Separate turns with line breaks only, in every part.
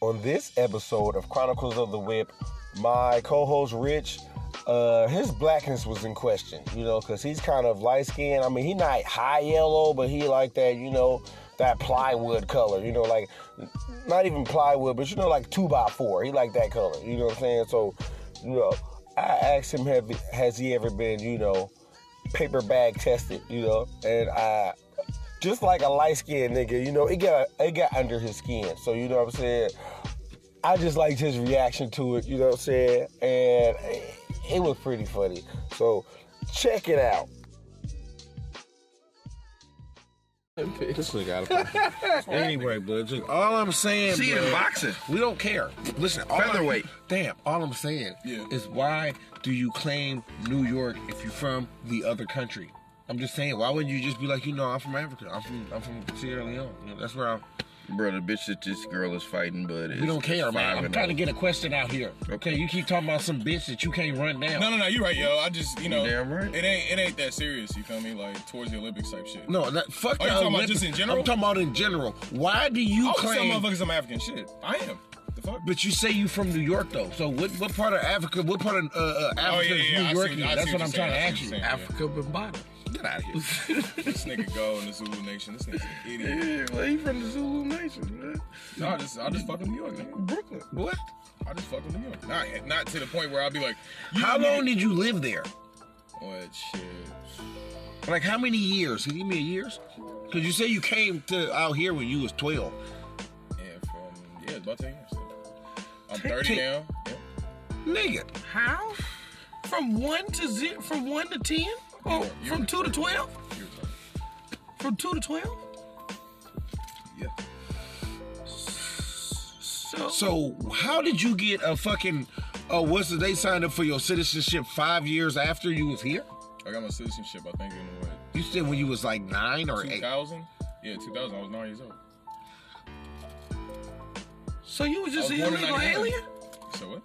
on this episode of Chronicles of the Whip, my co-host Rich, uh, his blackness was in question, you know, because he's kind of light skinned. I mean, he not high yellow, but he like that, you know, that plywood color, you know, like not even plywood, but you know, like two by four. He like that color, you know what I'm saying? So, you know, I asked him, have has he ever been, you know, paper bag tested, you know, and I just like a light skinned nigga, you know, it got it got under his skin. So you know what I'm saying. I just liked his reaction to it, you know what I'm saying, and it was pretty funny. So check it out.
This nigga out of pocket. anyway, blood. Just, all I'm saying,
See
blood,
in boxing.
we don't care. Listen, all
Featherweight.
I'm, damn. All I'm saying
Yeah.
is, why do you claim New York if you're from the other country? I'm just saying, why wouldn't you just be like, you know, I'm from Africa. I'm from I'm from Sierra Leone. You know, that's where I'm.
Bro, the bitch that this girl is fighting, but
We don't care, man. I'm trying to get a question out here. Okay, you keep talking about some bitch that you can't run down.
No, no, no. You're right, yo. I just, you know,
damn right.
it ain't, it ain't that serious. You feel me? Like towards the Olympics type shit.
No, that, fuck
Oh, you
the
talking about
Olympics.
just in general? Oh,
I'm talking about in general. Why do you
I'm
claim?
some motherfuckers I'm African. Shit, I am. The fuck?
But you say you from New York though. So what? What part of Africa? What part of uh, uh, Africa
Oh, yeah,
is
yeah,
New
I see-
York?
I
in?
see
That's
what
what I'm
you're
trying to
saying, I
ask
see
you.
what you're saying.
Africa Bimbada.
Get out of here.
This nigga go in the Zulu Nation. This nigga's an idiot.
Yeah, well, he from the Zulu Nation, man.
No, I just, I just fuck with New York, nigga.
Brooklyn.
What?
I just fuck with New York. Not, not to the point where I'll be like, you
How
nigga-
long did you live there?
What shit?
Like how many years? Can you give me years? Because you say you came to out here when you was 12.
Yeah, from yeah, about ten years. I'm
Ten- Oh,
30
ten-
now. Yeah.
Nigga,
How? From one to zero, from one to ten? Oh,
Yeah, you
from
were
two to
retarded.
twelve?
You were
From two to twelve?
Yeah.
So,
so how did you get a fucking? Uh, what's the? They signed up for your citizenship five years after you was here.
I got my citizenship. I think in what
You said when you was like nine or eight.
2000. Yeah, 2000. I was nine years old.
so you was just
I was
an
born in
illegal
91.
alien?
So what?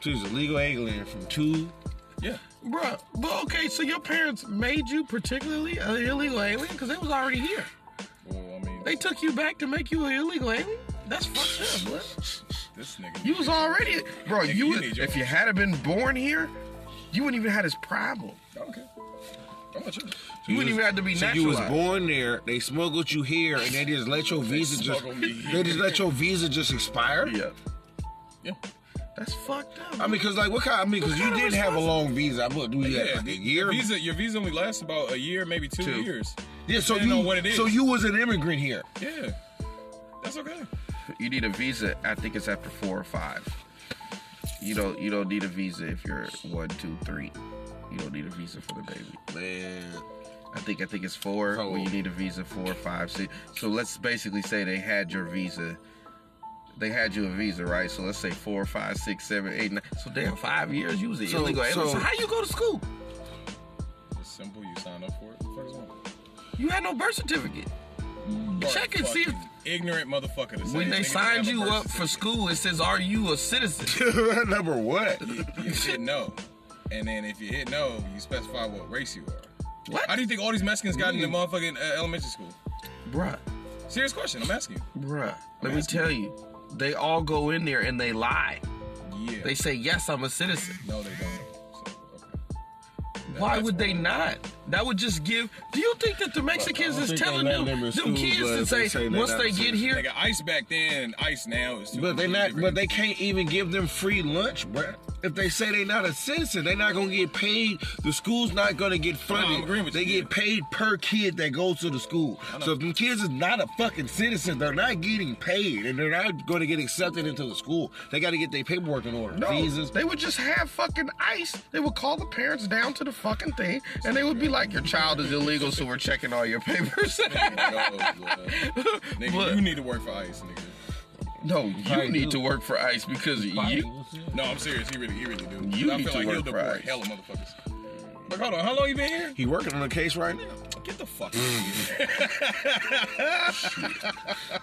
She was a legal alien from two.
Yeah.
Bruh, but okay, so your parents made you particularly an illegal alien? Because they was already here.
Well, I mean,
They took you back to make you an illegal alien? That's fucked up, bruh.
this nigga.
You was already.
Bro,
Nigga,
you,
you
would-
need your-
if you had have been born here, you wouldn't even had this problem.
I don't care. I'm not tripping.
You wouldn't even have to be
So
naturalized.
you was born there. They smuggled you here, and they just let your visa just.
smuggled me here.
They just let your visa just expire.
Yeah.
Yeah.
That's fucked up.
I mean, cause like what kind? I mean, cause you
kind of
didn't have a long visa. I would do you have like a
the-
year.
the Visa, your visa only lasts about a year, maybe two,
Two.
years.
yeah, so
depending
you
on what it is.
so you was an immigrant here.
Yeah. That's okay.
You need a visa. I think it's after four or five. You don't. You don't need a visa if you're one, two, three. You don't need a visa for the baby.
Man,
I think. I think it's four.
So-
when you need a visa, four, five, six. So let's basically say they had your visa. They had you a visa, right? So let's say four, five, six, seven, eight, nine. So damn, five years. You was an
So-
illegal alien.
so-
So how you go to school?
It's simple. You sign up for it. What the fuck is wrong?
You had no birth certificate.
Bro,
Check and see if-
fucking ignorant motherfucker. to say
when
that
they
niggas
signed
have a
you
birth
up for
certificate.
school, it says, Are you a citizen?
number what?
you hit no. And then if you hit no, you specify what race you are.
What?
How do you think all these Mexicans got into motherfucking uh, elementary school?
Bruh,
Serious question, I'm asking
bruh.
I'm
Let me
asking
tell you, they all go in there and they lie.
you. Yeah.
they say, Yes, I'm a citizen.
no, they don't. So, okay.
Why
that's
would they not? That would just give. Do you think that the Mexicans
don't
is
think they
telling
let
them,
them in
them
school,
kids
but
to
they
say,
say they
once
not
they get
citizens.
here,
Nigga, ice back then and ice now is two
But they
completely
not. But
different.
they can't even give them free lunch, bruh. If they say they not a citizen, they not gonna get paid. The school's not gonna get funded.
agreeing with
they
you,
get
yeah.
paid per kid that goes to the school. So if the kids is not a fucking citizen, they're not getting paid, and they're not gonna get accepted into the school. They got to get their paperwork in order.
No,
Visas.
they would just have fucking ice. They would call the parents down to the fucking thing, and they would be like, "Your child is illegal, so we're checking all your papers."
Nigga, no, blood. Nigga,
Look.
you need to work for ICE, nigga.
no, you need to work for ICE because you.
No, I'm serious. He really, he really do.
You
I
need
feel
to
like he'll
work for
deport
ICE.
hella motherfuckers. But hold on, how long you been here?
He working on a case right now.
Get the fuck out of here.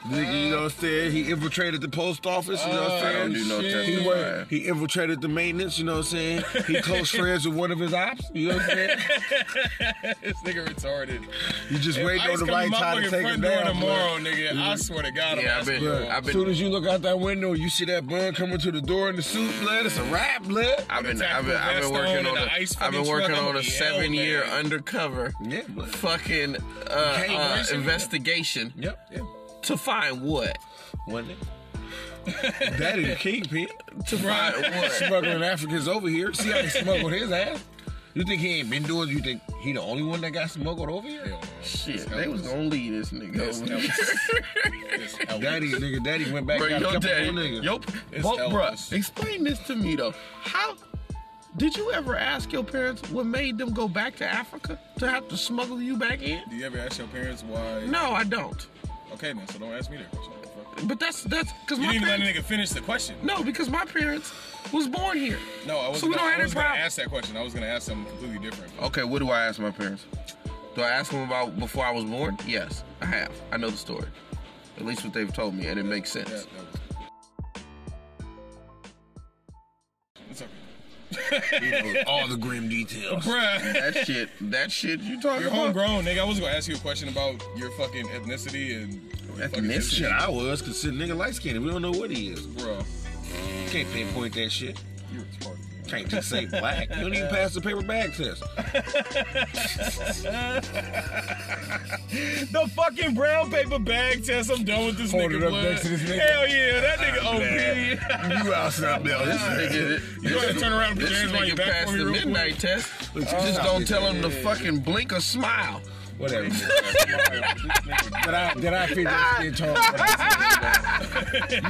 Nigga, you know what I'm saying? He infiltrated the post office, you know what I'm
I
saying?
don't do no
shit.
He
testifying.
worked, he infiltrated the maintenance, you know what I'm saying? He close friends with one of his ops, you know what I'm saying?
this nigga retarded.
You just
If
waiting
Ice
on the
come
right
to my
time to
fucking
take him
front door
down.
tomorrow, nigga. I swear to God, I'm
Yeah, I
asking
bet.
you.
I
As
bet-
soon as you look out that window, you see that blood coming to the door in the suit, blood. It's a wrap, blood.
I've been,
attack
I've been,
with
I've been
Rhinestone
working
and
on
an
a,
ice
I've been
fucking
working
truck. I'm
on
a
a
yell,
seven-year
man.
undercover
Yeah, blood.
fucking uh,
can't
uh,
risk it.
investigation
Yep, yeah.
to find what?
One day. Daddy the kingpin.
To find what?
Smuggling Africans over here. See how they smuggled his ass? You think he ain't been doing You think he the only one that got smuggled over here?
Hell no.
Shit, they was gonna leave this nigga.
It's
over here.
Elvis. It's Elvis.
Daddy, nigga, daddy went back
Bro,
and got
your
a couple
daddy,
more niggas.
yo,
It's
well,
Elvis.
bruh, explain this to me though.
How did you ever ask your parents what made them go back to Africa to have to smuggle you back in?
Do you ever ask your parents why?
No, I don't.
Okay, then, so don't ask me that question. What the fuck?
But that's that's because
You
my
didn't even let
parents.
a nigga finish the question.
No, because my parents was born here.
No, I wasn't.
So we don't
gonna,
have
I
that
was gonna
problem.
ask that question. I was gonna ask something completely different.
Okay, what do I ask my parents? Do I ask them about before I was born? Yes, I have. I know the story. At least what they've told me, and it makes sense.
Yeah, that was. It's okay.
All the grim details.
Bruh.
That shit, that shit you talking
You're
about?
homegrown, nigga. I was gonna ask you a question about your fucking ethnicity and your fucking
Ethnicity?
Shit, I was considered nigga light skinned. We don't know what he is.
bro.
Can't pinpoint that shit.
You're retarded.
Can't just say black. You don't even pass the paper bag test.
The fucking brown paper bag test. I'm done with this
Hold
nigga.
it up
blood.
next to this nigga.
Hell yeah, that nigga
man.
OP.
You outside there.
This nigga,
You gotta turn around and put
this
your hands
nigga
behind your back
passed
for me
the
real quick.
midnight test.
Look,
Just
stop
don't
it.
tell him to fucking blink or smile.
Whatever. Did I did I figure this shit Charles?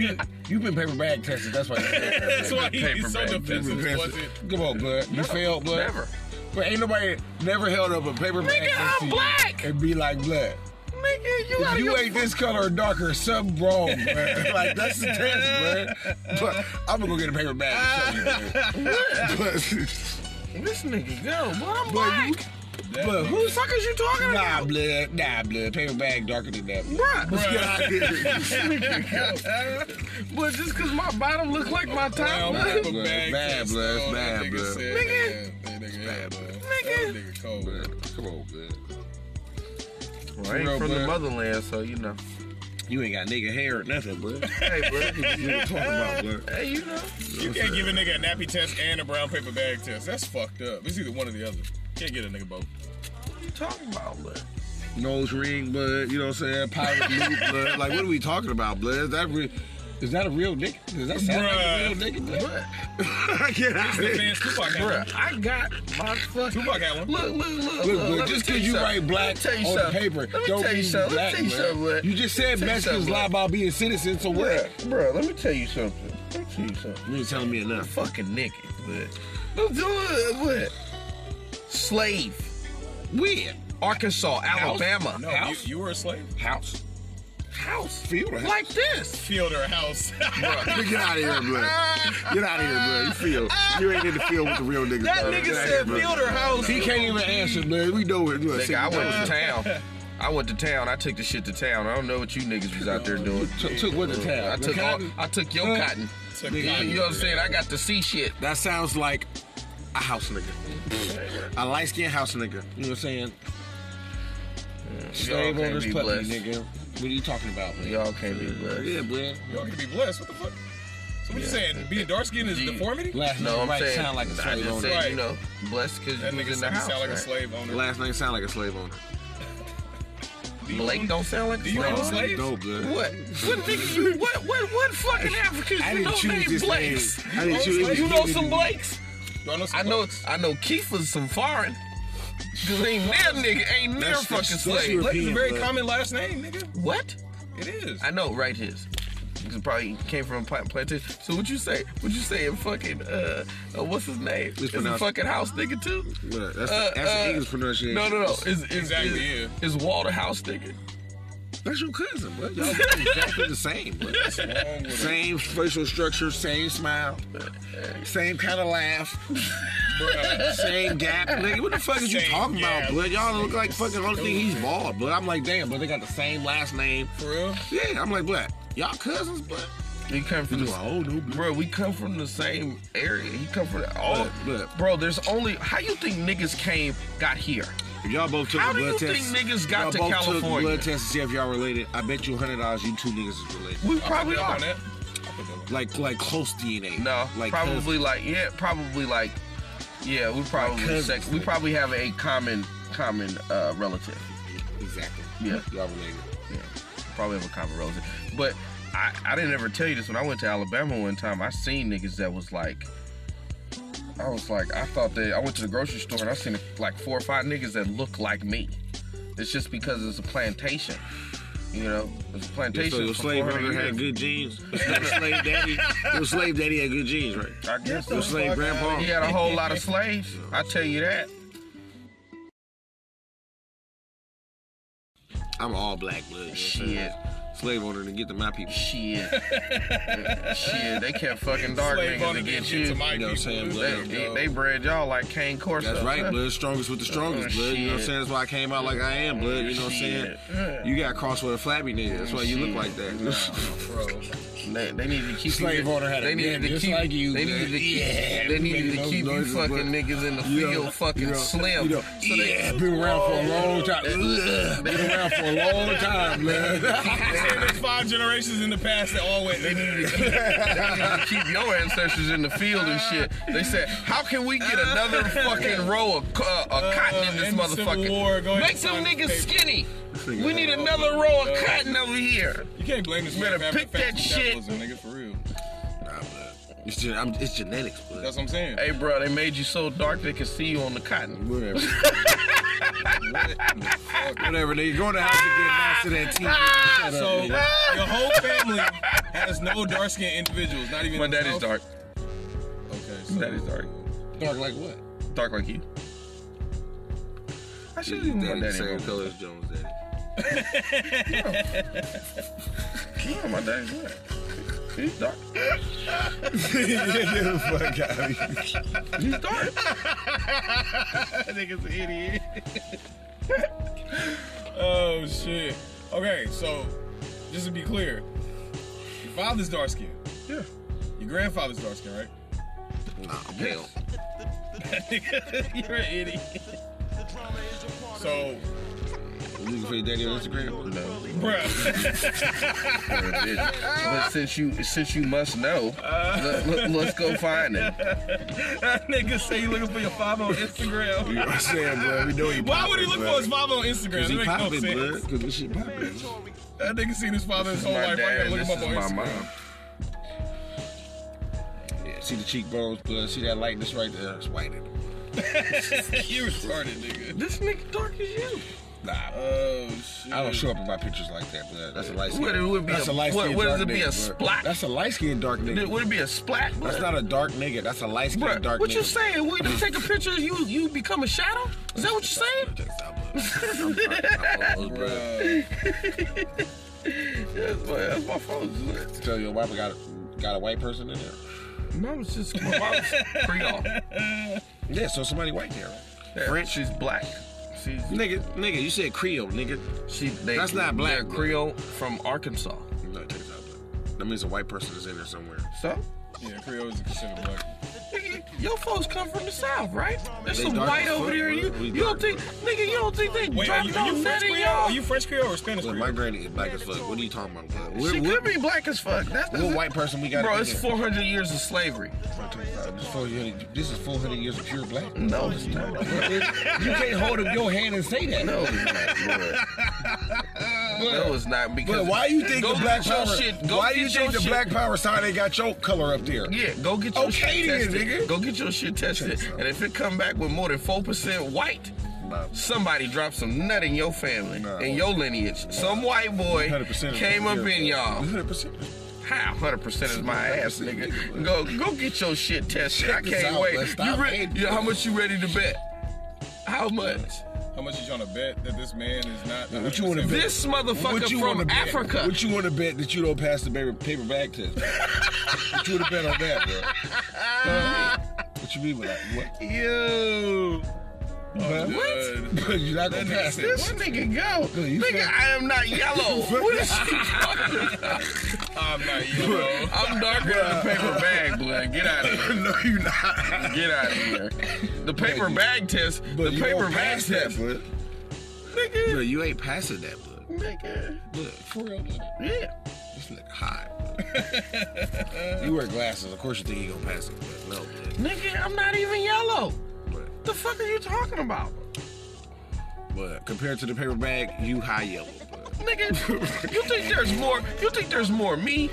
You you been paper bag tested. That's why. You
That's why he-
Paper
he's so
bag.
defensive
paper
towards
tested.
it.
Come on, blood. You failed, blood.
Never.
But ain't nobody never held up a paper bag
Nigga,
test
I'm
to you
black.
and be like blood.
Nigga, you
If
out of
you
your
ain't this color or darker, something wrong, bruh. Like that's the test, bruh. But I'm gonna go get a paper bag. And show you, bruh.
This nigga go, boy, I'm
But, but, you,
black.
That
but
Who
who
the fuck is you talking
Nah,
about?
blood. Nah, blood. Paper bag darker than that.
Bruh.
Let's get out of here.
But just cause my bottom look like my top,
Brown
nigga,
paper
blood.
bag
Bad
test.
blood,
Oh, that
bad
nigga
blood.
said,
Nigga.
yeah, that nigga,
Bad
yeah,
blood.
That nigga cold.
Come on, blood.
Well, I ain't from
Bro,
the
bro.
motherland, so you know.
You ain't got nigga hair or nothing, blood.
Hey, bro.
You know what I'm talking about, blood.
hey, you know.
You can't give a nigga a nappy test and a brown paper bag test. That's fucked up. It's either one or the other. Can't get a nigga both.
you talking about, blood?
Nose ring, blood. You know what I'm saying? Pirate loop, blood. Like, what are we talking about, blood? Is that real? Is that a real dick? Does that sound
Bruh.
like a real nigga, blood? Get out of here.
Fans, Tupac had one.
Bruh,
I got my fucking
Tupac had one.
look, look, look,
Look,
look.
blood,
let me
just because
tell you
you
something.
write black
Let me tell you
on the
something.
paper,
Let me
don't
tell you
mean
something. Let me
black,
tell you
blood.
something, blood.
You just said
Tell you
Mexicans
something,
lie
blood.
about being citizens, so what?
Bruh, bruh, let me tell you something. Let me tell you something.
You ain't telling me enough.
Fucking naked, but don't do it. What? Slave. Where? Arkansas, Alabama.
No, you,
House?
you were a slave.
House. House. Field or house?
Like this.
Field or house.
Bruh, get out of here, blood. Get out of here, blood. You feel. You ain't in the field with the real niggas.
That
blood.
nigga
Get outta
said
here,
field
blood.
or house.
He can't even answer, blood. We know it. Look,
Nigga, I went to town. I went to town. I took the shit to town. I don't know what you niggas was out there doing.
Took, took what the town?
I
The
took all,
cotton?
I took your
Huh?
cotton.
Took
You
cotton.
know what I'm saying? I got the sea shit.
That sounds like a house nigga. a light skinned house nigga. You know what I'm saying? Slave
can't
owners
be
puppy,
blessed.
nigga. What are you talking about, man?
Y'all can't be blessed.
Yeah, blood.
Y'all gonna be blessed. What the fuck? So what
Yeah.
you saying? Being dark skinned is
You-
deformity?
Last
No,
name
I'm
right
saying.
sound like a
I
slave
just
owner.
said,
Right.
you know, blessed because
That
you
nigga
was in the
sound
house.
sound like a
right?
slave owner.
Last name sound like a slave owner.
Blake don't sound like a
Do you
slave.
own
owner.
slaves?
No, blood.
What? What nigga you what what what fucking Africans
I
you
didn't
know
choose
named
this
Blakes?
name. I didn't
Oh,
choose
slave-
this
You know
name.
some Blakes?
Do I know some
I know
blacks?
I know Kiefer's some foreign. Cause ain't their nigga, ain't their
That's-
fucking
that's- that's
slave.
your-
Blake is a very
European, but-
common last name, nigga.
What?
It is.
I know, right his. Because probably came from a plant- plantation. So what you say? What you say in fucking uh, uh what's his name? Is a
pronounced-
fucking house nigga too?
Look, that's
Uh,
the, that's the
uh,
English pronunciation.
No, no, no. Is, is,
Exactly,
Is,
yeah.
is Walter house nigga?
That's your cousin, bro. Y'all exactly the same, bro. Same facial structure, same smile, same kind of laugh, same gap. Nigga, what the fuck is you
Same
talking
gap.
about, blood? Y'all look like fucking only thing he's bald, blood. I'm like, damn, but they got the same last name.
For real?
Yeah, I'm like, blood. Y'all cousins, blood.
We come from the,
Oh no,
bro. We come from the same area. He come from the, all,
Look, look.
bro. There's only how you think niggas came, got here.
If y'all both took
How
a
do
blood
you
test,
think niggas
y'all
got to
both took
California?
blood test to see if y'all related. I bet you hundred dollars, you two niggas is related.
We
I'll put
probably
that
are.
on that. I'll put that on.
Like, like close DNA.
No,
like
probably
cousins.
like yeah, probably like yeah. We probably
cousins,
sex, we
nigga.
probably have a common common uh, relative.
exactly.
Yeah.
y'all related.
Yeah, probably have a common relative. But I, I didn't ever tell you this. When I went to Alabama one time, I seen niggas that was like, I was like, I thought that I went to the grocery store and I seen like four or five niggas that look like me. It's just because it's a plantation. You know, it's a
Yeah,
plantation.
so your
for
slave
400
brother had
years.
good genes. Your slave daddy, your slave daddy had good genes, right?
I guess
Your slave grandpa.
He had a whole lot of slaves. I tell you that.
I'm all black blood. you know what I'm saying? Slave owner to get to my people.
Shit. Shit. They kept fucking dark
Slave
niggas
owner
to
did
get
shit to
you.
my
You know what I'm saying,
people.
blood.
They, they, they bred y'all like Kane Corso.
That's right, blood. Strongest with the strongest,
Oh,
blood. You know what I'm
shit.
saying? That's why I came out like I am, blood. You know what I'm saying?
Shit.
You got crossed with a flabby nigga. That's why you look like that.
They, they needed to keep
Slave
you,
owner had a
they needed to
man just
keep
like you,
They
man.
needed to keep,
Yeah,
they needed to
making
keep
those
you
noises,
fucking
but-
niggas in the
You know,
field fucking
you know,
slim.
you know,
so they,
yeah, been around for a long time. Ugh, been around for a long time, man.
There's five generations in the past that always. They need to
they needed to keep your ancestors in the field and shit. They said, how can we get another fucking row of co- uh, of cotton in this
end the Civil
motherfucker?
War, go ahead
Make
and
them
sign the
niggas
paper.
skinny. We need another row of cotton over here.
You can't blame this man
Better
for having
pick
facts
that
with
shit.
capitalism, nigga, for real.
Nah, blood. It's, gen- I'm, it's genetics, blood.
That's what I'm saying.
Hey, bro, they made you so dark they could see you on the cotton.
Whatever. Whatever, nigga. Go in the house and get nice to Ah! that TV. Shut
So
up,
your
nigga.
whole family has no dark skinned individuals, not even
My dad is dark.
himself? Okay, so
My dad is dark.
dark like what?
Dark like you. I should have my
Daddy the
daddy.
same
wrong.
color as Jones, daddy.
Yeah, my daddy's black. He's dark. He's dark.
nigga's an idiot. oh shit. Okay, so just to be clear, your father's dark skinned.
Yeah.
Your grandfather's dark skinned, right?
Nah, I'm pale.
You're an idiot. So,
You looking for your daddy on Instagram?
No.
bruh,
you're a bitch. But since you since you must know, let, us go find him.
that nigga say you looking for your father on Instagram.
I'm saying, blood. We know he
Why would he look for his father on Instagram?
Cause
That
he
makes no
popping,
sense.
blood. Cause this shit popping.
That nigga seen his father his whole
my
life. Oh, Why
dad
you gotta
and
look him
this
up
is
on
my
Instagram?
mom.
Yeah, see the cheekbones, blood. See that lightness right there. It's white. in it.
you retarded, nigga.
This nigga dark as you.
Nah, blood.
Oh shit.
I don't show up in my pictures like that, blood. That's a light skin.
What, it would be
That's
a-
a light
what-
skin
what does
dark
it be, a
nigga, blood.
splat?
That's a light skin dark nigga.
Would it be a splat?
That's not a dark nigga. That's a light skin
Bruh,
dark
what
nigga.
you saying? We just take a picture of you, you become a shadow? Is that what you're saying?
saying?
Bruh.
That's my, that's my phone.
Tell your wife I got got a white person in there.
Mom's just my mom's Creole.
Yeah, so somebody white there. Right?
French, she's black. She's
Nigga, nigga, you said Creole, nigga.
she. They,
That's not black,
They're
bro.
Creole from Arkansas.
No, take that blood. That means a white person is in there somewhere.
So
Yeah, Creole's considered black.
Nigga, Your folks come from the south, right? There's
They
some
dark
white
as
over
fuck,
there.
bro.
You,
We
you don't
dark,
think, nigga, you don't think they
Wait, are
drop
you,
no
are you French
nutty,
Creole?
y'all?
Are you French Creole or Spanish
Look,
Creole?
my granny is black as fuck. What are you talking about, blood?
she
What,
could be black as fuck. That's
what white person we got?
Bro,
in
it's
there?
400 years of slavery.
This 400 This is 400 years of pure black.
No, it's not.
you can't hold up your hand and say that.
No, it's not. bro. No, it's not because.
But why you think
Go
the black
get your
power?
shit- go
why
get
you
your
think the
shit.
black power sign ain't got your color up there?
Yeah, go get your
Okay
shit
then,
tested.
nigga.
Go get your shit tested. And if it come back with more than 4% white,
Nah.
somebody dropped some nut in your family,
Nah.
in your lineage. Some white boy
100%
came up in y'all.
100%.
How? 100% is my ass, nigga. Go go get your shit tested. I
Check this
can't
out,
wait.
let's stop
You re-
hating.
yeah, how much you ready to bet? How much?
How much you trying to bet that this man is not?
What you wanna
100%
bet?
This motherfucker
What you wanna
from
bet?
Africa.
What you want to bet that you don't pass the paper, paper bag test? what you would have bet on that, bro? Huh? what you mean with that? What?
You.
Huh?
Good.
You're not gonna pass
nigga
it.
This nigga go.
Look, you
Nigga,
said-
I am not yellow. What is she talking about?
I'm not yellow.
I'm darker than the paper bag, blood. Get out of here.
no, you're not.
Get out of here. The paper
you-
bag test. The
But you
paper
won't
bag
pass that,
test.
bro.
Nigga.
Bro, you ain't passing that, bro.
Nigga.
Look, for real, nigga.
Yeah.
this nigga hot. bro. you wear glasses, of course you think you gonna pass it, but no,
Nigga, I'm not even yellow.
bro.
The fuck are you talking about?
But compared to the paper bag, you high yellow, bro.
Nigga, you think there's more? You think there's more me,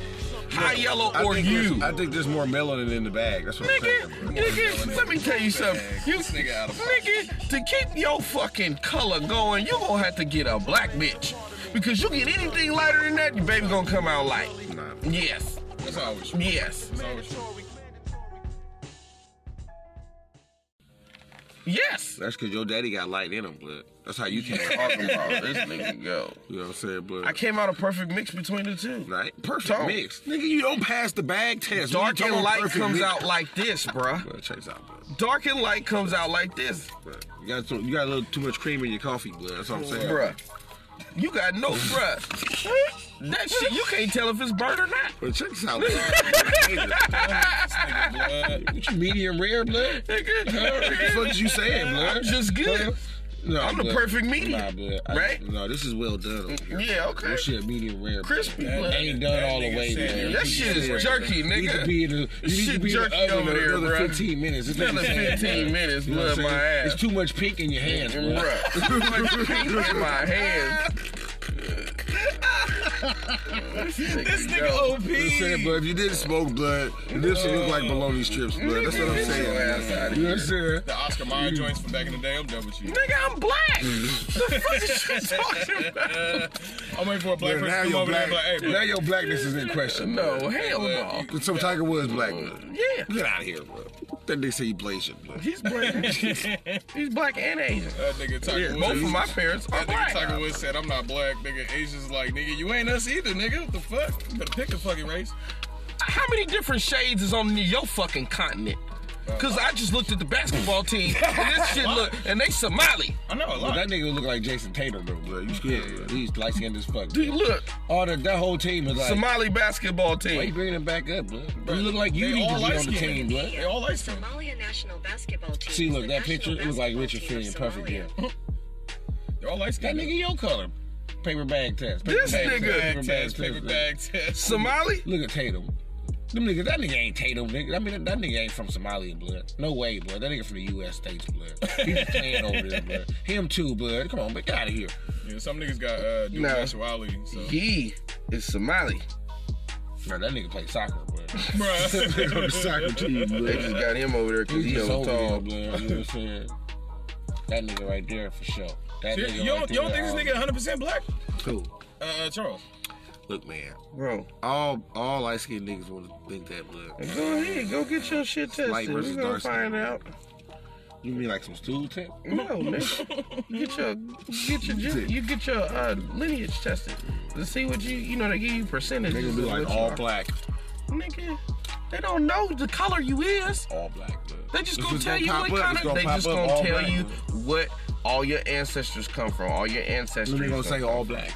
high yellow,
I
or
think
you?
there's- I think there's more melanin in the bag. That's what
Nigga,
I'm saying. bro.
nigga, let me tell you something. You, nigga, to keep your fucking color going, you gonna have to get a black bitch. Because you get anything lighter than that, your baby gonna come out light.
Nah.
Yes,
That's always true.
yes,
That's always true.
yes.
That's because your daddy got light in him, blood. That's how you came out.
Talking about this nigga go.
You know what I'm saying, blood?
I came out a perfect mix between the two.
Right? Perfect
Don't.
mix. Nigga, you don't pass the bag test.
Dark
You
and
don't
light
perfect
comes
mix.
out like this, bruh.
Blood, check this out, blood.
Dark and light comes out like this,
Blood. You, got some, you got a little too much cream in your coffee, blood. That's what I'm saying.
bruh. You got no, bruh. That shit, you can't tell if it's burnt or not.
But check this out, blood.
Blood.
what you medium rare, blood? What the
Nigga.
fuck is you saying, blood?
I'm just good.
No,
I'm the
blood.
perfect medium,
Nah, blood.
right?
No, this is well done. over here.
Yeah, okay.
This shit medium rare. blood.
Crispy.
That
blood.
Ain't done
That
all the
nigga
way,
said
man.
it.
That shit is jerky,
You need to
nigga.
be in the, you need to
Shit
be in
jerky
the oven
over
for
there,
another
bruh.
15 minutes. This
Another
nigga saying,
15
bruh.
minutes,
You know what
blood
I'm
my
saying?
ass.
It's too much pink in your hands, bruh.
Bruh. Too much pink in my hands.
This nigga
I'm saying,
OP.
but if you didn't smoke blood, this would look like bologna strips, blood. That's what I'm
Get your ass out
saying.
of
You know what I'm saying?
The Oscar Mayer joints from back in the day. I'm done with you.
Nigga, I'm black. the fuck is you talking about?
I'm waiting for a black
But
person
now
to come
your
over there and be like, hey,
black, now
bro.
your blackness is in question.
No, hell no.
Cause some Tiger Woods black. blood.
Yeah.
Get out of here, bro. That nigga say you Blasian, blood.
He's black. He's black and Asian.
That nigga Tiger Woods.
Both of my parents are
That nigga Tiger
black.
Woods said, I'm not black, nigga. Asians like, nigga, you ain't us either, nigga. What the fuck? You better pick a fucking race.
How many different shades is on your fucking continent? Cause I just looked at the basketball team and this shit look and they Somali.
I know a
But
lot.
that nigga look like Jason Tatum, though, blood. You scared? He's light skinned as fuck.
Dude, look,
All that that whole team is like.
Somali basketball
Why you
team.
bringing him back up, blood?
Bruh,
you look like you
they
need to
all
be on the team,
light-skinned.
blood.
They all light skinned.
Somalia national basketball team.
See,
is
look,
the
that picture,
national
it was like
basketball
Richard
team of
Finn, perfect
Somalia.
game.
They all light
That
skinned.
nigga your color. Paper bag test. Paper
This
bag
nigga-
test,
Bag test, paper
blood.
bag test.
Somali?
Look at Tatum. Them niggas, that nigga ain't Tatum, nigga. I mean, that, that nigga ain't from Somalia, blood. No way, blood. That nigga from the U.S. states, blood. He just playing over there, blood. Him too, blood. Come on, man, get out of here.
Yeah, some niggas got uh, dual
Nah.
nationality. So.
He is Somali.
Bro, that nigga play soccer, blood.
Bruh.
on the soccer team,
They just got him over there because he
He's just
so
over there,
tall.
blood. You know what I'm saying? That nigga right there for sure. That
You
nigga
you
right
don't, you don't
there,
think this nigga
um,
100% black?
cool?
Uh, Uh, Charles.
Look, man.
Bro,
All all light skinned niggas want to think that, blood.
go ahead, go get your shit tested.
Light versus
We're gonna
dark skin.
find out.
You mean like some stool tip?
No, nigga. You get your get your gen- you get your uh, lineage tested to see what you you know they give you percentages.
Niggas be
of
like
what you
all
are.
black,
Nigga, they don't know the color you is.
all black, blood.
They just
It's
gonna tell you
pop
what
up.
kind
It's
of. They
pop
just
up,
gonna
all
tell
black,
you
blood.
what all your ancestors come from. All your ancestors.
Then they gonna
come
say
from.
all black.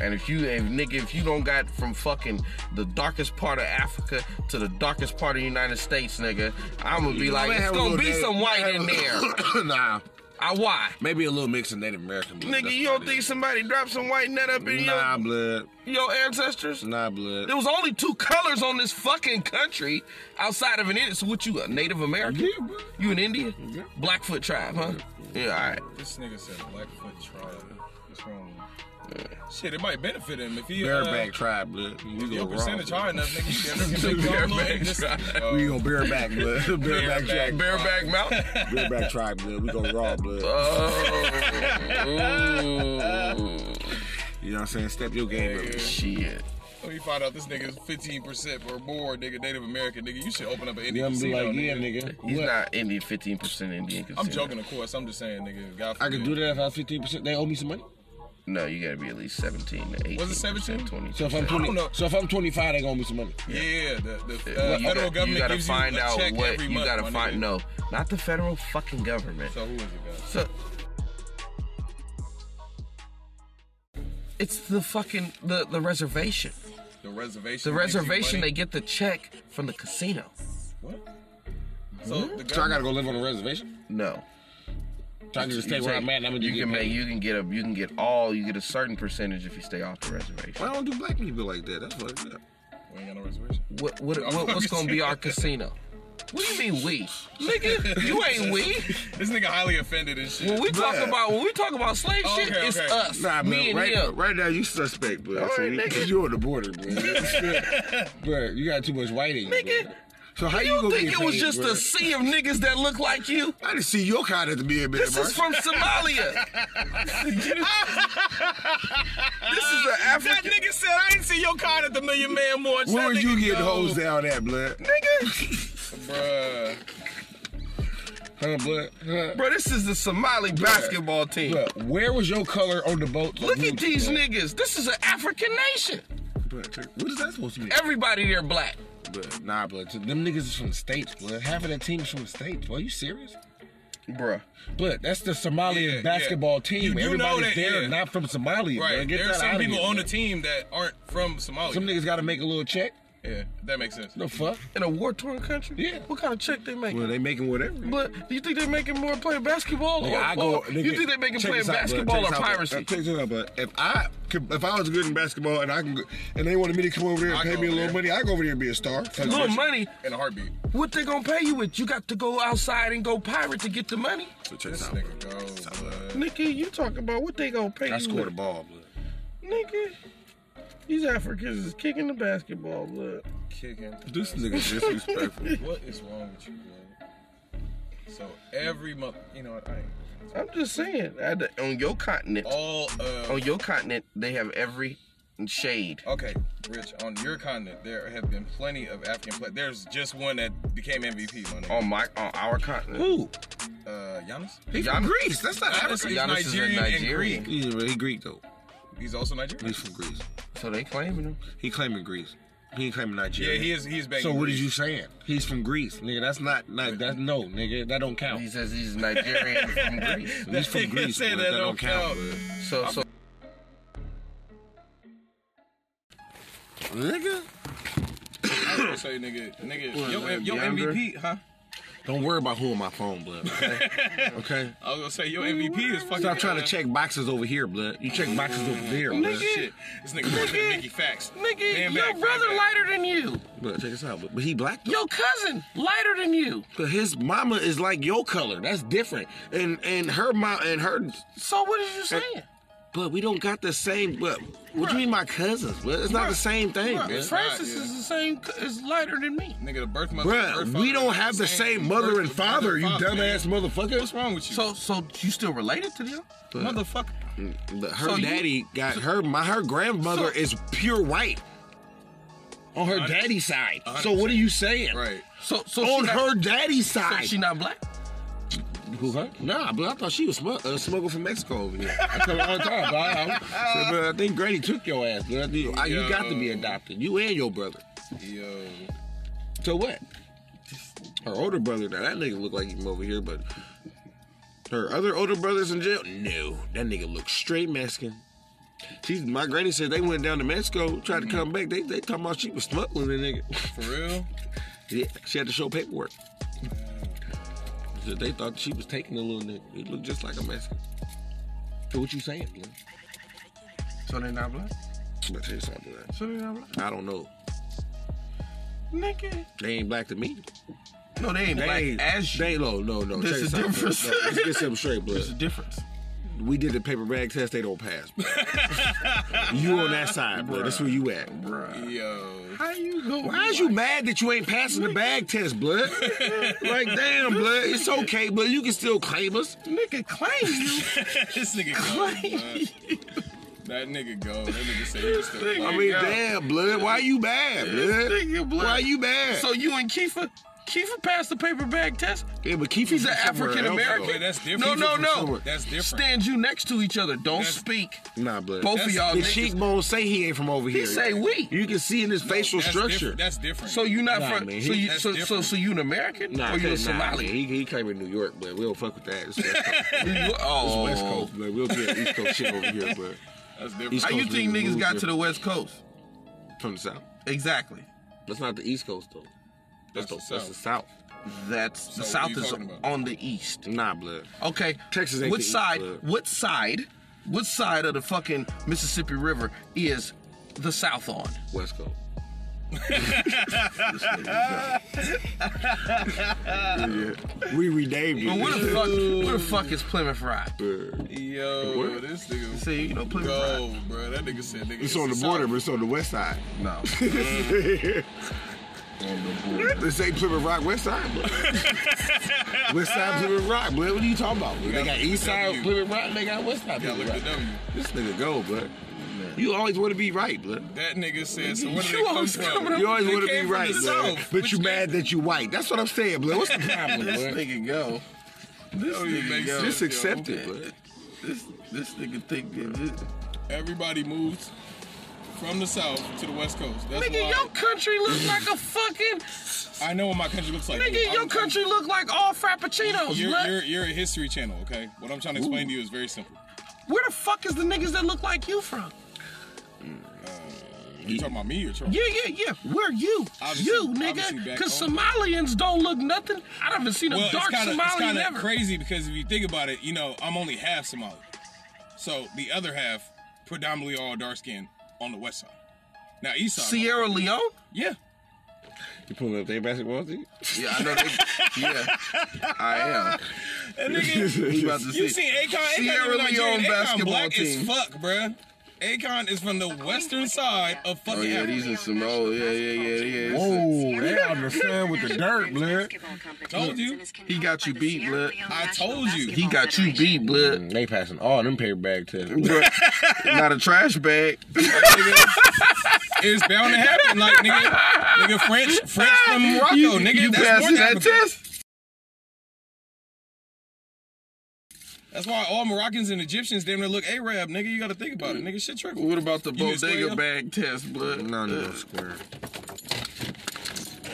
And if you, if nigga, if you don't got from fucking the darkest part of Africa to the darkest part of the United States, nigga, I'm gonna be
You know,
like,
they
it's
have a
gonna
little
be
Native-
some white in there.
nah,
I why?
maybe a little mix of Native American. Blood.
Nigga,
That's
you
what
don't
it
think
is.
somebody dropped some white nut up in
Nah, blood.
your your ancestors?
Nah, blood.
There was only two colors on this fucking country outside of an Indian. So what you a Native American?
Yeah, bro.
You an Indian? Blackfoot tribe, huh? Yeah, all right.
This nigga said Blackfoot tribe. What's wrong with him? Shit, it might benefit him if he. Uh,
Bareback tribe, blood. We
Your
go
percentage
wrong,
high enough, nigga. You
Bareback
can make this
tribe.
blood. We gonna bareback, blood. Bareback
Bareback.
track.
Bareback Mountain.
Bareback tribe, blood. We go raw, blood.
Oh, ooh,
You know what I'm saying? Step your game up.
shit.
Let me find out this nigga is 15% or more, nigga, Native American, nigga. You should open up an
Yeah,
Indian
I'm be
casino,
like, yeah,
nigga.
nigga.
He's
What?
not Indian, 15% Indian.
I'm
considered.
joking, of course. I'm just saying, nigga. God
I could
forbid.
do that if I was 15%. They owe me some money.
No, you gotta be at least 17 to 18.
Was it 17?
20.
So if I'm
don't
20,
know.
so if I'm 25, they gonna owe me some money.
Yeah, the, the
Well,
uh,
you
federal
got-
government
you gotta
gives
find
you a
out
check
what
every
you
month,
gotta
my
find.
nigga.
No, not the federal fucking government.
So who is it, guys?
So it's the fucking the, the reservation.
The reservation.
The reservation they
They.
get the check from the casino.
What? So
Hmm?
the
So I
government.
gotta go live on a reservation.
No.
So I can just stay
You
where
take-
I'm at. And I'm gonna
you
just
can
get
make
paid.
you can get a you can get all you get a certain percentage if you stay off the reservation.
Why don't do black people like that? That's fucked up.
We ain't got no reservation.
What, what, what what's gonna be our casino? What do you mean we? Nigga, you ain't we.
This nigga highly offended and shit.
When we talk about when we talk about slave
Oh,
shit,
okay,
it's
okay.
us.
Nah,
me
man,
and
right,
him.
right now you suspect, but
All right, nigga.
you're on the border, man.
Bruh, you got too much white in you.
Nigga,
bruh. So how you,
you
gonna
think
get
it was
paid,
just
bruh?
a sea of niggas that look like you?
I didn't see your kind at the beer, man.
This is from Somalia. this is an
That
African
nigga said, I didn't see your card at the Million Man March.
Where
That
were you
nigga
getting
go,
hoes down at, blood?
nigga.
Bruh.
Huh, blood? Huh?
Bro, this is the Somali basketball team.
Bruh, where was your color on the boat?
Look at these niggas. This is an African nation.
Blood, check- What is that supposed to mean?
Everybody there black.
Bruh, nah, blood. Them niggas is from the states, blood. Half of that team is from the states. Boy, you serious?
Bruh.
But that's the Somalian
Yeah, yeah.
basketball team.
You do know
Everybody's
that,
there,
yeah.
not from Somalia.
Right.
man. Get
There are
that
some
outta
people
here,
on the
man.
team that aren't from Somalia.
Some niggas got to make a little check.
yeah, that makes sense.
The fuck?
In a war torn country?
Yeah.
What kind of check they make?
Well, they making whatever.
But do you think they're making more playing basketball?
Nigga,
or,
I go-
or- you
nigga,
think they're making
Check
playing
this out, blood.
basketball or
Check this out, blood.
piracy?
Uh, Check this out, blood. If I could, if I was good in basketball and I can, go- and they wanted me to come over there and
I
pay
go
me a
over
little
there.
money, I go over there and be a star. Fuck
Little
that shit.
money.
In a heartbeat.
What they gonna pay you with? You got to go outside and go pirate to get the money?
So check
This
this out.
nigga goes. uh,
Nigga, you talking about what they gonna pay
I
you
scored a
with?
ball, blood.
Nigga, these Africans is kicking the basketball. Look,
kicking.
This nigga disrespectful.
What is wrong with you, blood? So every month, you know what? I ain't.
I'm just saying. I d- on your continent,
All of.
on your continent, they have every shade.
Okay, Rich, on your continent, there have been plenty of African players. There's just one that became MVP, my nigga.
On my, on our continent.
Who?
Uh, Giannis?
He's
Giannis-
from Greece. That's not
Giannis
Africa.
is
Giannis is a
Nigerian, and
Nigerian.
Greek.
He's he Greek though.
He's also Nigerian.
He's from Greece.
So they claiming them.
He claiming Greece. He ain't claiming
Yeah,
Nigeria.
he is. He's back.
So
in
what
Greece.
is you saying? He's from Greece, nigga. That's not, not that's no, nigga. That don't count.
He says he's Nigerian from Greece.
He's from
nigga
Greece,
said
blood.
that
That,
don't
don't count.
count.
blood.
So, so
nigga.
I was gonna say, nigga, nigga, your,
that
your
younger?
MVP, huh?
Don't worry about who on my phone, blood. Okay. okay?
I was gonna say your MVP is fucking.
Stop trying to
uh,
check boxes over here, blood. You check boxes over there, blood.
Shit, this nigga more than Mickey Facts.
nigga,
Band
your
back, band
brother
back.
lighter than you.
Blood, check this out. But, but he black though.
Your cousin lighter than you.
But his mama is like your color. That's different. And and her mom and her.
So what is you saying?
But we don't got the same. But what do you mean my cousins? But it's not the same thing, man.
Francis
yeah.
is the same. c- Is lighter than me.
Nigga, the birth mother. birth
Bruh,
father
we don't
is
have the same mother
birth-
and father, you
father, man.
dumbass motherfucker.
What's wrong with you?
So, so you still related to them?
motherfucker.
But her
So you-
daddy got her my her grandmother
So-
is pure white on her daddy's side. So what are you saying?
Right.
So, so she
On
not-
her daddy's
so
side.
she not black?
Who her? Nah, but I thought she was smug- uh, smuggled from Mexico
Oh,
over here.
I tell her all the time, blood. I, I- so, blood, I think Grady took your ass, blood. You,
I- you got to be
Yo.
adopted. You and your brother.
Yo.
So what? Her older brother now that nigga look like him over here, but her other older brothers in jail? No, that nigga look straight Mexican. She's my granny said they went down to Mexico, tried to come back. They they talking about she was smuggling the nigga.
For real?
Yeah, she had to show paperwork. So they thought she was taking a little nigga. It looked just like a Mexican. So what you saying, man?
So they not black?
But it's something like
So they not black?
that. I don't know.
Nigga.
They ain't black to me.
No, they ain't
They
black
ain't
as you.
They no no no.
There's
Check
a
this out, man.
difference.
No, let's get some straight blood.
There's a difference.
we did the paper bag test, they don't pass. bro. you on that side, bro. That's where you at.
Bruh.
Yo.
How you go?
Why is you mad that you ain't passing the bag test, blood? like, damn, blood. It's okay, blood. You can still claim us.
Nigga claim you.
this nigga.
Claim you.
That nigga go. That nigga say he's still.
Nigga.
I
fucking-
mean, damn, blood. Why you bad, blood?
nigga, blood.
Why you bad?
So you and Kiefer, Kiefer passed the paper bag test.
yeah, but
He's
Keefe's
an African
though.
American.
That's different.
No, no,
Kiefer from
no.
somewhere. That's different.
Stand you next to each other. Don't
That's-
speak.
Nah, blood.
Both of
That's-
y'all
the
niggas.
cheekbones say he ain't from over
He
here.
say we.
You can see in his facial
that's
structure.
Different. That's different.
So you not
Nah,
from?
man,
so
he-
you
that's
so, so
different.
so you an American
Nah,
or you a
nah, man,
Somali?
he, he came from New York, but we don't fuck with that. It's West Coast.
You-
It's
oh,
West Coast, but we'll get East Coast shit over here, but
that's different.
East
how you
Coast
think
niggas
niggas
move
got to the
different.
West Coast?
from the South.
Exactly.
That's not the East Coast though. That's,
That's
the,
the
that's the South.
That's the
So what
South
you
is
talking about?
on the east.
Nah, blood.
Okay.
Texas ain't
What
the east,
side?
but-
what side? What side of the fucking Mississippi River is the South on?
West Coast. yeah. We renamed
But
it.
where the fuck? Where the fuck is Plymouth Rock?
Yo,
What?
this nigga.
See, you know Plymouth Rock.
Go, bro. That nigga said nigga.
It's on the border, but it's on the west side.
No. Mm.
This ain't Plymouth Rock West Side, blood. west Side Plymouth Rock, blood. What are you talking about? They got East Side Plymouth Rock. They got West Side
Y'all
Plymouth
look at
Rock.
W.
This nigga go, blood. You always want to be right, blood.
That nigga said. So where did
You
they come
always
from?
coming up-
You always
They
want to
came
be
from
right,
the
blood.
South,
But
which
you
they-
mad that you white. That's what I'm saying, blood. What's the problem,
this
blood?
nigga go. This
Oh, you
nigga
make
go.
sense.
Just accept it,
Yo.
blood.
This this nigga think that this-
Everybody moved from the South to the West Coast. That's
Nigga,
why
your country look like a fucking
I know what my country looks like.
nigga.
I'm-
Your country look like all frappuccinos.
You're,
nut.
you're, you're a history channel, okay? What I'm trying to explain to you is very simple.
Where the fuck is the niggas that look like you from?
You talking about me or Charles?
Yeah, yeah, yeah. Where you?
Obviously-
you,
obviously
nigga.
back
Because
home.
Somalians don't look nothing. I haven't seen a
Well,
dark
it's kinda, it's
Somali
kinda
never.
crazy because if you think about it, you know, I'm only half Somali. So the other half, predominantly all dark skinned on the west side. Now, east side.
Sierra Leone?
Yeah.
You pulling up their basketball team?
Yeah, I know. They, yeah,
Ah.
I
That
am.
nigga,
You about to see?
you seen Akon? Akon
Sierra
is Nigerian.
Leone
Akon
basketball
black as
team.
fuck, bruh. Akon is from the western side of
Oh
fucking
yeah,
Africa.
these are some old. Yeah, yeah, yeah, yeah.
Whoa, they on the sand with the dirt, blood.
Told you.
He got you beat, blood.
I told you.
He got you beat, blood.
Mm, They passing all them paper bag tests.
Bruh, Not a trash bag.
It's bound to happen, like nigga, nigga French, French
Ah,
from Morocco, nigga.
you
that's
passing
North
that
Africa.
test?
That's why all Moroccans and Egyptians damn near look Arab, nigga. You gotta think about it, nigga. Shit trick.
What about the
You just square
bodega
up?
bag test, blood?
No,
Uh,
no, square.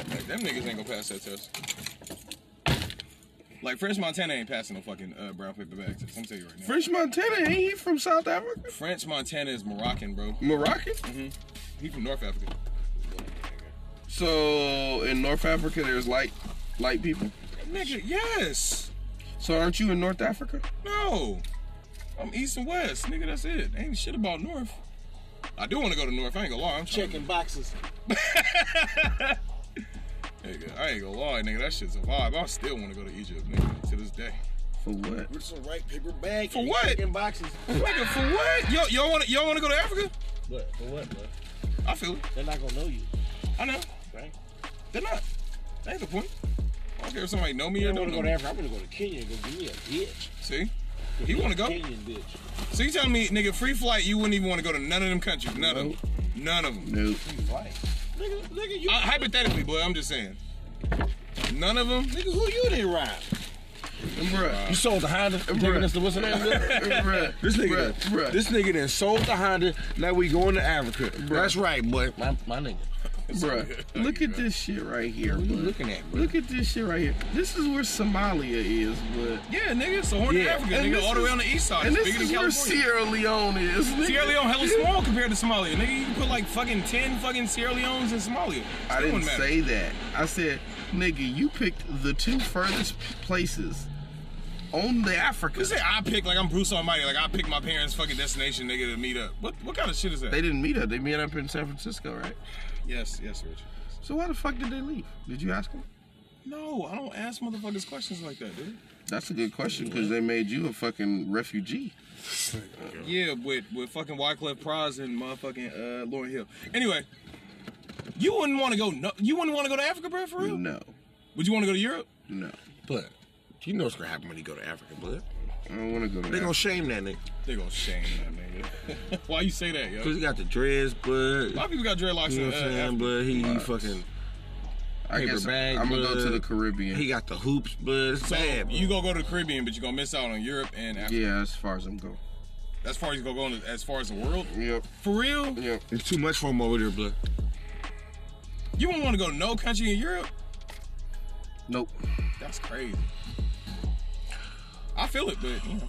Like, them niggas ain't gonna pass that test. Like French Montana ain't passing no fucking uh, brown paper bag test. I'm telling you right now.
French Montana ain't he from South Africa?
French Montana is Moroccan, bro.
Moroccan? Mm-hmm.
He from North Africa.
So in North Africa, there's light, light people.
Nigga, yes.
So aren't you in North Africa?
No. I'm east and west, nigga. That's it. Ain't shit about North. I do want to go to North. I ain't gonna lie. I'm trying to-
Checking boxes.
Nigga, I ain't gonna lie, nigga. That shit's a vibe. I still want to go to Egypt, nigga, to this day.
For what?
With some right paper bag.
For what?
Checking boxes.
nigga, for what? Yo, y'all want to y'all want to go to Africa?
But for what, bro?
I feel it.
They're not gonna know you,
I know.
right?
They're not. That ain't the point. I don't care if somebody know me
You
or
don't
don't
wanna
know
go to
me.
Africa. I'm gonna go to Kenya and go give me a bitch.
See? You wanna go?
Kenyan bitch.
So you telling me, nigga, free flight, you wouldn't even want to go to none of them countries. None of them. None of them.
Nope.
Nigga, nigga, you.
Uh, hypothetically, boy, I'm just saying. None of them.
nigga, who you didn't ride?
Bruh.
You sold the Honda. You taking us to what's the name of it?
Bruh.
This nigga,
Bruh. Bruh.
this nigga done sold the Honda. Now we going to Africa. That's right, boy.
My, my nigga.
Bruh, look at this shit right here.
What you
bud.
looking at, bro?
Look at this shit right here. This is where Somalia is, but
Yeah, nigga, it's a horn of
Yeah.
Africa,
And
nigga,
this
all the way
is-
on the east side.
and
It's
this
bigger than
is where
Oh, California.
Sierra Leone is. nigga.
Sierra Leone hella small compared to Somalia. Nigga, you can put like fucking 10 fucking Sierra Leones in Somalia.
I
Still
didn't
wouldn't matter.
say that. I said, nigga, you picked the two furthest places on the Africa.
You say I pick like I'm Bruce Almighty, like I pick my parents' fucking destination, nigga, to meet up. What what kind of shit is that?
They didn't meet up. They met up in San Francisco, right?
yes, yes, Rich.
So why the fuck did they leave? Did you ask them?
No, I don't ask motherfuckers questions like that, dude.
That's a good question because they made you a fucking refugee.
Yeah, with with fucking Wyclef Prize and motherfucking uh, Lauren Hill. Anyway, you wouldn't want to go. No, you wouldn't want to go to Africa, bro, for real.
No,
Would you want to go to Europe?
no.
But you know what's gonna happen when you go to Africa, blood?
I don't want to go to
They gonna
that.
shame that nigga.
They gonna shame that nigga. Why you say that, yo?
Cause he got the dreads, blood.
A lot of people got dreadlocks
You know
in
what
uh,
I'm saying?
Africa.
Blood. He, he fucking.
I
paper
guess
bag,
I'm gonna go
blood.
to the Caribbean.
He got the hoops, blood. It's
So
bad. Bro.
you gonna go to the Caribbean, but you gonna miss out on Europe and Africa.
yeah, as far as I'm going.
As far as you gonna go on, as far as the world.
Yep.
For real,
Yep.
It's too much for him over there, blood.
you wouldn't want to go to no country in Europe.
Nope.
That's crazy. I feel it, but you know,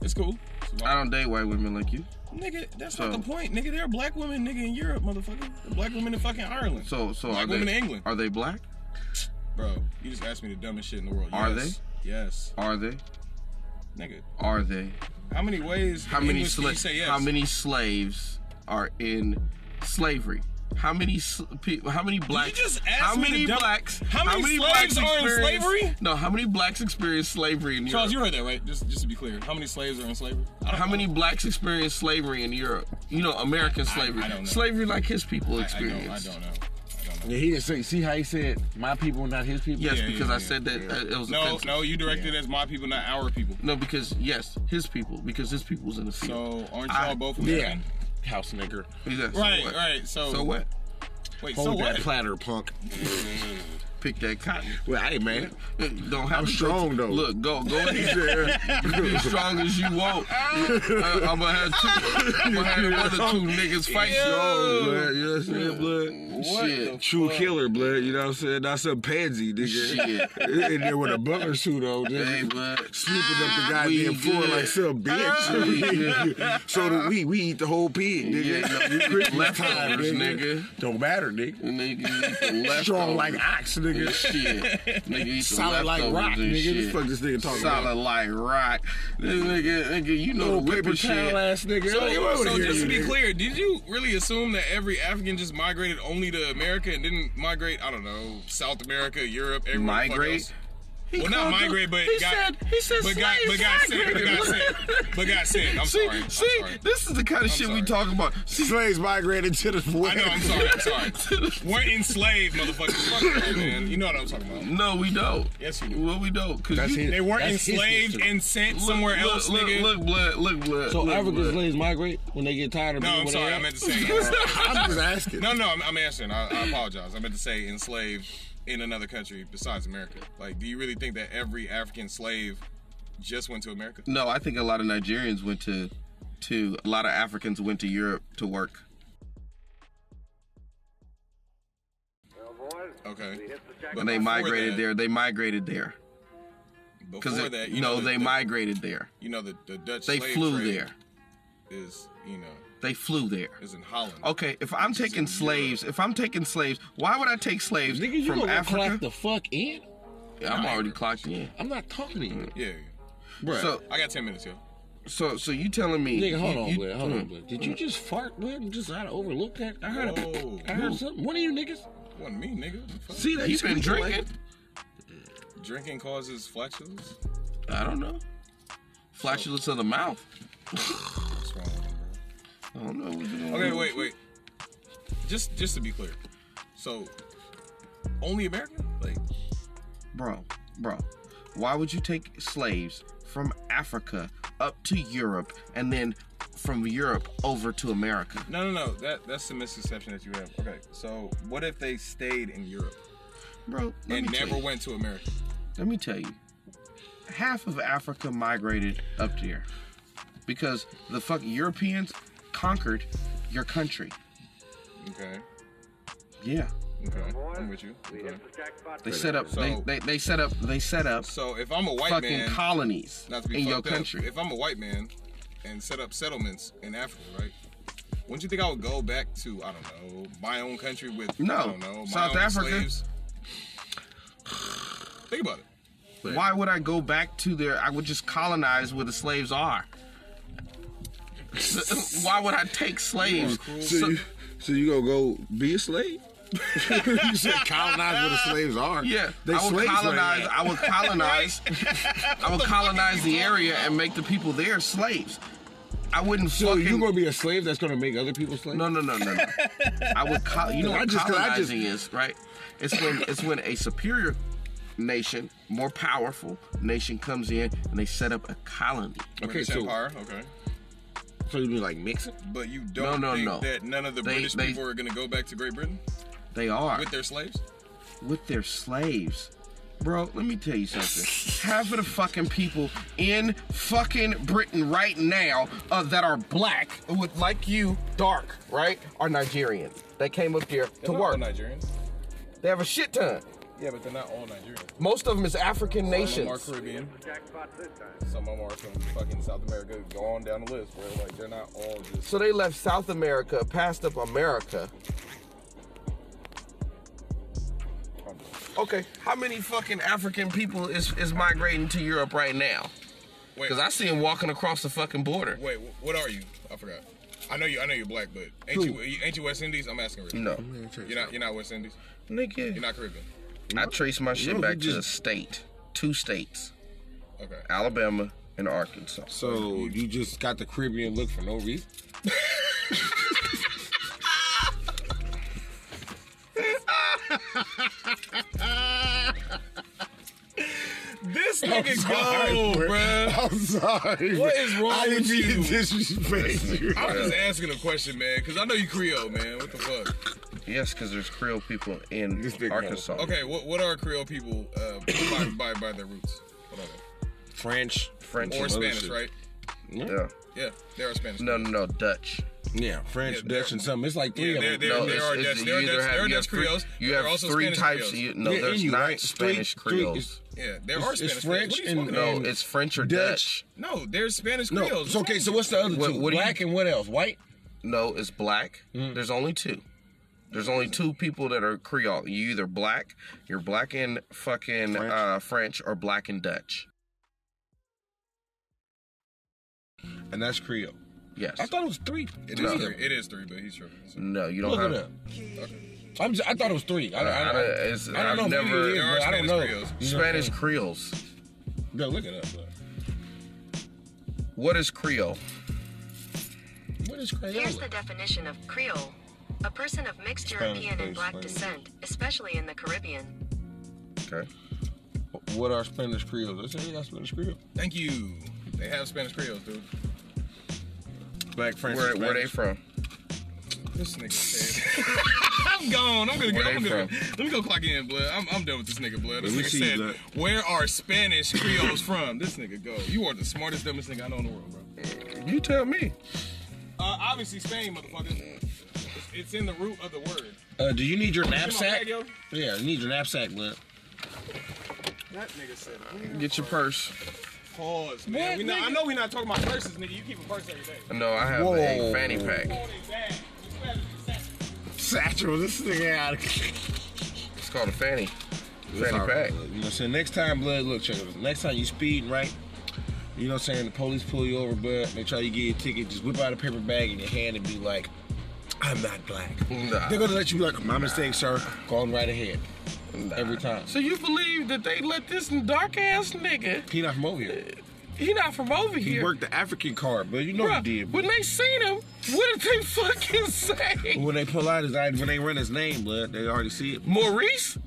it's cool. It's
I don't date white women like you.
Nigga, that's
So-
not the point. Nigga, there are black women, nigga, in Europe, motherfucker. There are black women in fucking Ireland.
So so
Black
are they
women in England.
Are they black?
Bro, you just asked me the dumbest shit in the world.
Are
yes. they? Yes.
Are they?
Nigga,
Are they?
how many ways
How
in
many
English can you
slaves?
say yes?
How many slaves are in slavery? How many sl- pe- how many blacks?
just ask
how
me
many
to dump-
blacks?
How many slaves are in
experienced-
slavery?
No, how many blacks experienced slavery in
Charles,
Europe?
you heard that, right? Just just to be clear. How many slaves are in slavery? I don't
How
know.
many blacks experienced slavery in Europe? You know, American slavery.
don't know.
Slavery like his
I,
people
I don't I
experienced.
don't know. I don't know.
Yeah, he didn't say. See how he said my people, not his people.
Yes,
Yeah, yeah,
because I
yeah.
said that uh, it was
No,
offensive.
no, you directed as my people, not our people.
No, because yes, his people, because his people was in the field.
So aren't
I-
y'all both
Yeah,
American?
house nigger.
Yeah, so
Right,
what?
right. So,
So what?
Wait, so
Hold that
what?
platter, punk.
Pick that cotton.
Well, hey man,
Don't have
I'm
to go-
strong, though.
Look, go, go in there. Be as strong as you want. I, I'm gonna have two. I'm gonna have another two niggas fight Oh,
Strong, blood. You know what I'm saying, blood?
you. Shit.
True killer, blood. You know what I'm saying? Not some pansy, nigga. In there with a butler suit on,
Hey,
nigga.
bud.
Sleeping up the
We
goddamn floor
good. Ah,
like some bitch. so do we. We eat the whole pig,
Yeah,
nigga.
no, we eat leftovers, nigga.
don't matter, nigga.
Nigga, left
Strong like ox, nigga.
shit. Nigga, eat the
Solid like
leftovers
rock,
and
nigga.
Shit.
The fuck this nigga talking
Solid
about?
like rock. This nigga, nigga, you know
Little
the
paper
whipping shit.
towel ass nigga.
So,
Hey, wait, wait,
so
here
just to
you
be
nigga.
clear, did you really assume that every African just migrated only to America and didn't migrate? I don't know, South America, Europe, everywhere. the fuck
Migrate?
else? Well, not migrate, but
he
got-
said, he said
But got, but
slaves
got sent, but
migrated.
got sent, but got sent. I'm
see,
sorry. I'm
see,
sorry.
this is the kind of shit we
sorry.
talk about. See,
Slaves migrated to the
I
west.
know. I'm sorry. I'm sorry. We're enslaved, motherfuckers. Fuck that, man. You know what I'm talking about.
no, we don't.
Yes, we
we
do.
Well, we don't, cause
That's
you
his-
They weren't
that's his
enslaved
history.
and sent
look,
somewhere
look,
else,
look,
nigga.
Look, blood, look, blood.
So
look,
African
blood.
slaves migrate when they get tired of
No,
being
I'm
what
sorry.
they
I
are?
meant to say.
I'm just asking.
No, no, I'm, I'm answering. I, I apologize. I meant to say enslaved in another country besides America. Like, do you really think that every African slave just went to America?
No, I think a lot of Nigerians went to, to a lot of Africans went to Europe to work.
Okay.
When they
before
migrated
that-
there, they migrated there. Because
Before that, you
no,
know, the,
they
the,
migrated there.
You know, the, the Dutch
They
slave
flew
trade
there.
Is you know
They flew there.
is in Holland.
Okay, if I'm taking slaves, if I'm taking slaves, why would I take slaves
Nigga, you
from
gonna clock
Africa?
the fuck in?
I'm already clocked in.
I'm not talking to you.
Yeah. yeah.
Bruh.
So,
I got ten minutes, yo.
so, so you telling me?
Nigga, hold
you-
on,
you-
Blair. Hold on,
mm.
Blair. Did you just fart, Blair? You just out of overlook that? I
Oh.
heard,
Whoa.
a, I heard something. One of you niggas?
Wasn't me, nigga. What the fuck?
See that you been drinking?
Drinking causes flatulence.
I don't know. Flatulence of the mouth.
What's wrong with him, bro?
I don't know. what's going
Okay,
on.
wait, wait. Just just to be clear. So only America? Like
bro, bro. Why would you take slaves from Africa up to Europe and then from Europe over to America?
no no no, that that's the misconception that you have. Okay. So what if they stayed in Europe
Bro, let
and
me tell
never
you.
went to America?
Let me tell you, half of Africa migrated up there because the fuck Europeans conquered your country.
Okay.
Yeah,
Okay. I'm with you. Okay.
they set up. They,
So-
they they set up. They set up
So if I'm a white
fucking
man
colonies
not to be
in your
fucked up,
country.
If I'm a white man and set up settlements in Africa, right? Wouldn't you think I would go back to I don't know my own country with
No.
I don't know my
South
own
Africa.
Slaves? Think about it.
Why would I go back to there? I would just colonize where the slaves are. Why would I take slaves?
So, you, so you gonna go be a slave?
you said colonize where the slaves are.
Yeah,
they
I would
slaves
colonize.
right
I would colonize. I would colonize the area and make the people there slaves. I wouldn't
So
fucking.
you gonna be a slave that's gonna make other people slaves?
no, no, no, no, no. I would. Co- you know
I
what
just- I just-
colonizing is, right? It's when it's when a superior
nation, more powerful nation comes in and they set up a colony.
British
so-
Empire. Okay.
So you mean like mix it?
But you don't
no,
think
no.
that none of the
They-
British
they-
people are going to go back to Great Britain
They are
with their slaves?
with their slaves. Bro, let me tell you something. Half of the fucking people in fucking Britain right now uh, that are black, with like you, dark, right, are Nigerian. They came up here to
They're not all
work.
Nigerians.
They have a shit ton.
Yeah, but they're not all Nigerians.
Most of them is African
Some are
nations.
Caribbean. Some of them are from fucking South America. Go on down the list, bro. Like they're not all just.
So they left South America, passed up America. Okay, how many fucking African people is, is migrating to Europe right now?
Wait,
Because I see them walking across the fucking border.
wait. wh- What are you? I forgot. I know you. I know you're black, but ain't you? Ain't you West Indies? I'm asking really.
No.
You're not. You're not West Indies. You're
Nigga.
not Caribbean.
I trace my shit back to a state. Two states.
Okay.
Alabama and Arkansas.
So you just got the Caribbean look for no reason?
This nigga go, bruh.
I'm sorry.
What is wrong
I didn't
with
mean to
you?
disrespect you.
I'm just asking a question, man, because I know you Creole, man. What the fuck?
Yes, because there's Creole people in
This big
Arkansas.
Okay, what what are Creole people uh, by, by by their roots? What are they?
French.
French.
Or Spanish,
shit.
right?
Yeah.
Yeah, they are Spanish.
No, no, no. Dutch.
Yeah, French,
Yeah,
Dutch, and something. It's like three
Yeah,
of
there,
them.
there,
no,
there
it's-
are
it's
Dutch,
the-
there are
you
Dutch,
either
there
have-
are
you
Dutch
have three-
Creoles.
You
There
have
are also
three
Spanish
types.
Creoles.
You, no,
Yeah,
there's
and you
not
right. It's three-
Spanish
it's three-
Creoles.
it's-
Yeah, there
It's-
are
it's
Spanish
French
Creoles. What are you
and-
talking
no,
and-
it's French or Dutch.
Dutch.
about? No, there's Spanish
No.
Creoles.
So, okay, so what's the other
What-
two?
what do you-
Black and what else? White?
No, it's black.
Mm.
There's only two. There's only two people that are Creole. You either black, you're black and fucking French, uh, French or black and Dutch.
And that's Creole.
Yes.
I thought it was three.
It is
No.
three. It is three, but he's tripping. So.
No, you don't
Look
have.
it up. I'm just, I thought it was three. I,
I-
I, I,
I- it's-
I
I've
don't know.
never-
Never, it is,
There are
but I don't
Spanish
know.
Creoles.
You know what I'm
Spanish
saying?
Creoles.
No, look it up. bro.
What is Creole?
What is Crayola?
Here's the definition of Creole a person of mixed
Spanish
European and
based
black
language.
descent, especially in the Caribbean.
Okay.
What are Spanish Creoles? They say that's Spanish Creole.
Thank you. They have Spanish Creoles, dude.
Black French.
Where, where they from?
This nigga said. I'm gone. I'm gonna go.
Where
I'm
they
gonna, let me go clock in, blood. I'm, I'm done with this nigga, blood. This
we
nigga
see you,
said,
blood.
"Where are Spanish Creoles from?" This nigga go. You are the smartest, dumbest nigga I know in the world, bro.
You tell me.
Uh, obviously Spain, motherfucker. It's, it's in the root of the word.
Uh, do you need your
See my bag,
knapsack?
yo?
Yeah, you need your knapsack, blood.
That nigga said.
Get your purse.
Pause, man. We not, I know we not talking about purses, nigga. You keep a purse every day.
No, I have a fanny pack.
Hold it back. You better be satisfied.
Satchel, this nigga out of
It's called a fanny. Fanny
all
pack.
right.
You know what I'm saying? Next time, blood, look, check it out. Next time you speeding, right? You know what I'm saying? The police pull you over, blood. They try to get your ticket. Just whip out a paper bag in your hand and be like, I'm not black.
Nah.
They're gonna let you be like, my mistake, sir.
Going right ahead. Every time.
So you believe that they let this dark ass nigga?
He not from over here.
He not from over
He
Uh, here.
worked the
African card, but you know
Bruh,
he did.
When they seen him, what did they fucking say?
When they pull out his ID, when they run his name, blood, they already see it.
Maurice?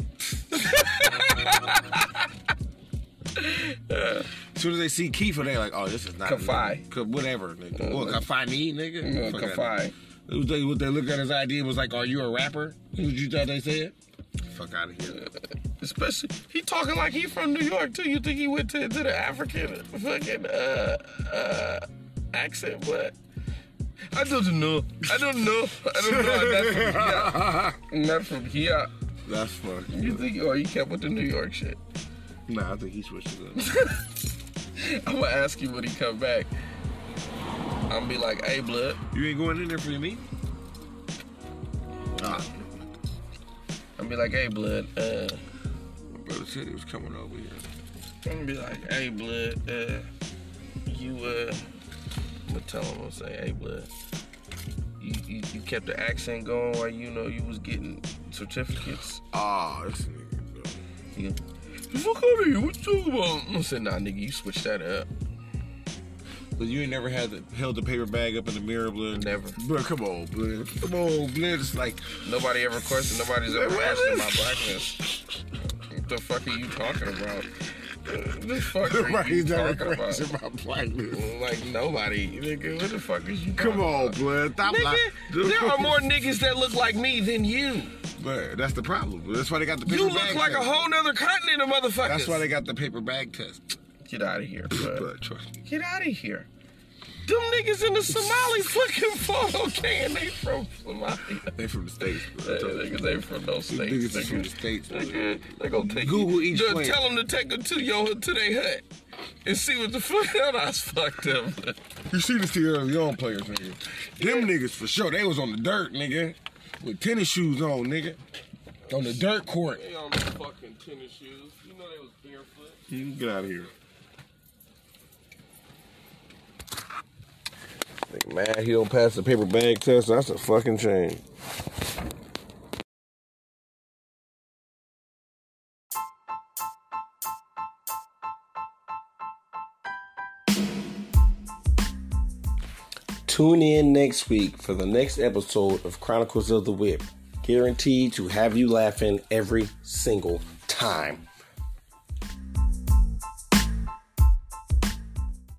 As soon as they see Kiefer, they like, oh, this is not.
Kafai. Uh,
Ka- Whatever, nigga. Well, Kafai me, nigga. Fuck that
Kafai.
It was they, what they looked at his ID and was like, are you a rapper? That's What you thought they said?
nigga. Fuck out of here.
Especially, he talking like he from New York too. You think he went to, to the African fucking uh, uh, accent? What? I don't know. I don't know. I don't know. I'm not from here. I'm Not from
That's funny.
here. You think? Oh, you kept with the New York shit.
Nah, I think he switched it up.
I'm gonna ask you when he come back. I'm gonna be like, hey, blood.
You ain't going in there for your meat? Nah.
I'm gonna be like, hey, blood. Uh,
My brother said he was coming over here.
I'm gonna be like, hey, blood, uh, you, uh, I'm gonna tell him, I'm gonna say, hey, blood, you, you, you kept the accent going while you know you was getting certificates.
Ah, this nigga. bro.
You go, the fuck out of here, what you talking about? I'm gonna say, nah, nigga, you switched that up.
But you ain't never had the, held the paper bag up in the mirror, blood.
Never.
Bro, come on, blood. Come on, blood. It's like,
Nobody ever questioned, nobody's ever questioned my blackness. What the fuck are you talking about? What the fuck are you
Nobody's ever
talking about?
questioned my blackness.
Like nobody, nigga. What the fuck is you?
Come
talking
on,
about?
blood. Stop lying.
nigga. There are more niggas that look like me than you.
But that's the problem. That's why they got the paper
You
bag
look like a
test.
whole nother continent of motherfuckers.
That's why they got the paper bag test.
Get out of here, bud.
But trust me.
Get out of here. Them niggas in the Somali fucking photo can they from Somalia.
They from the states. Bro.
That niggas ain't from no states.
Niggas is from the
nigga.
states. bro.
Nigga, They gonna take
Google
you.
each
Just
plant.
tell them to take them to your to their hut and see what the fuck that eyes fucked up.
You see the Sierra Leone players, nigga. Them niggas for sure. They was on the dirt, nigga, with tennis shoes on, nigga, on the dirt court.
They on fucking tennis shoes. You know they was barefoot.
You get out of here.
Like, man, he don't pass the paper bag test. That's a fucking shame. Tune in next week for the next episode of Chronicles of the Whip. Guaranteed to have you laughing every single time.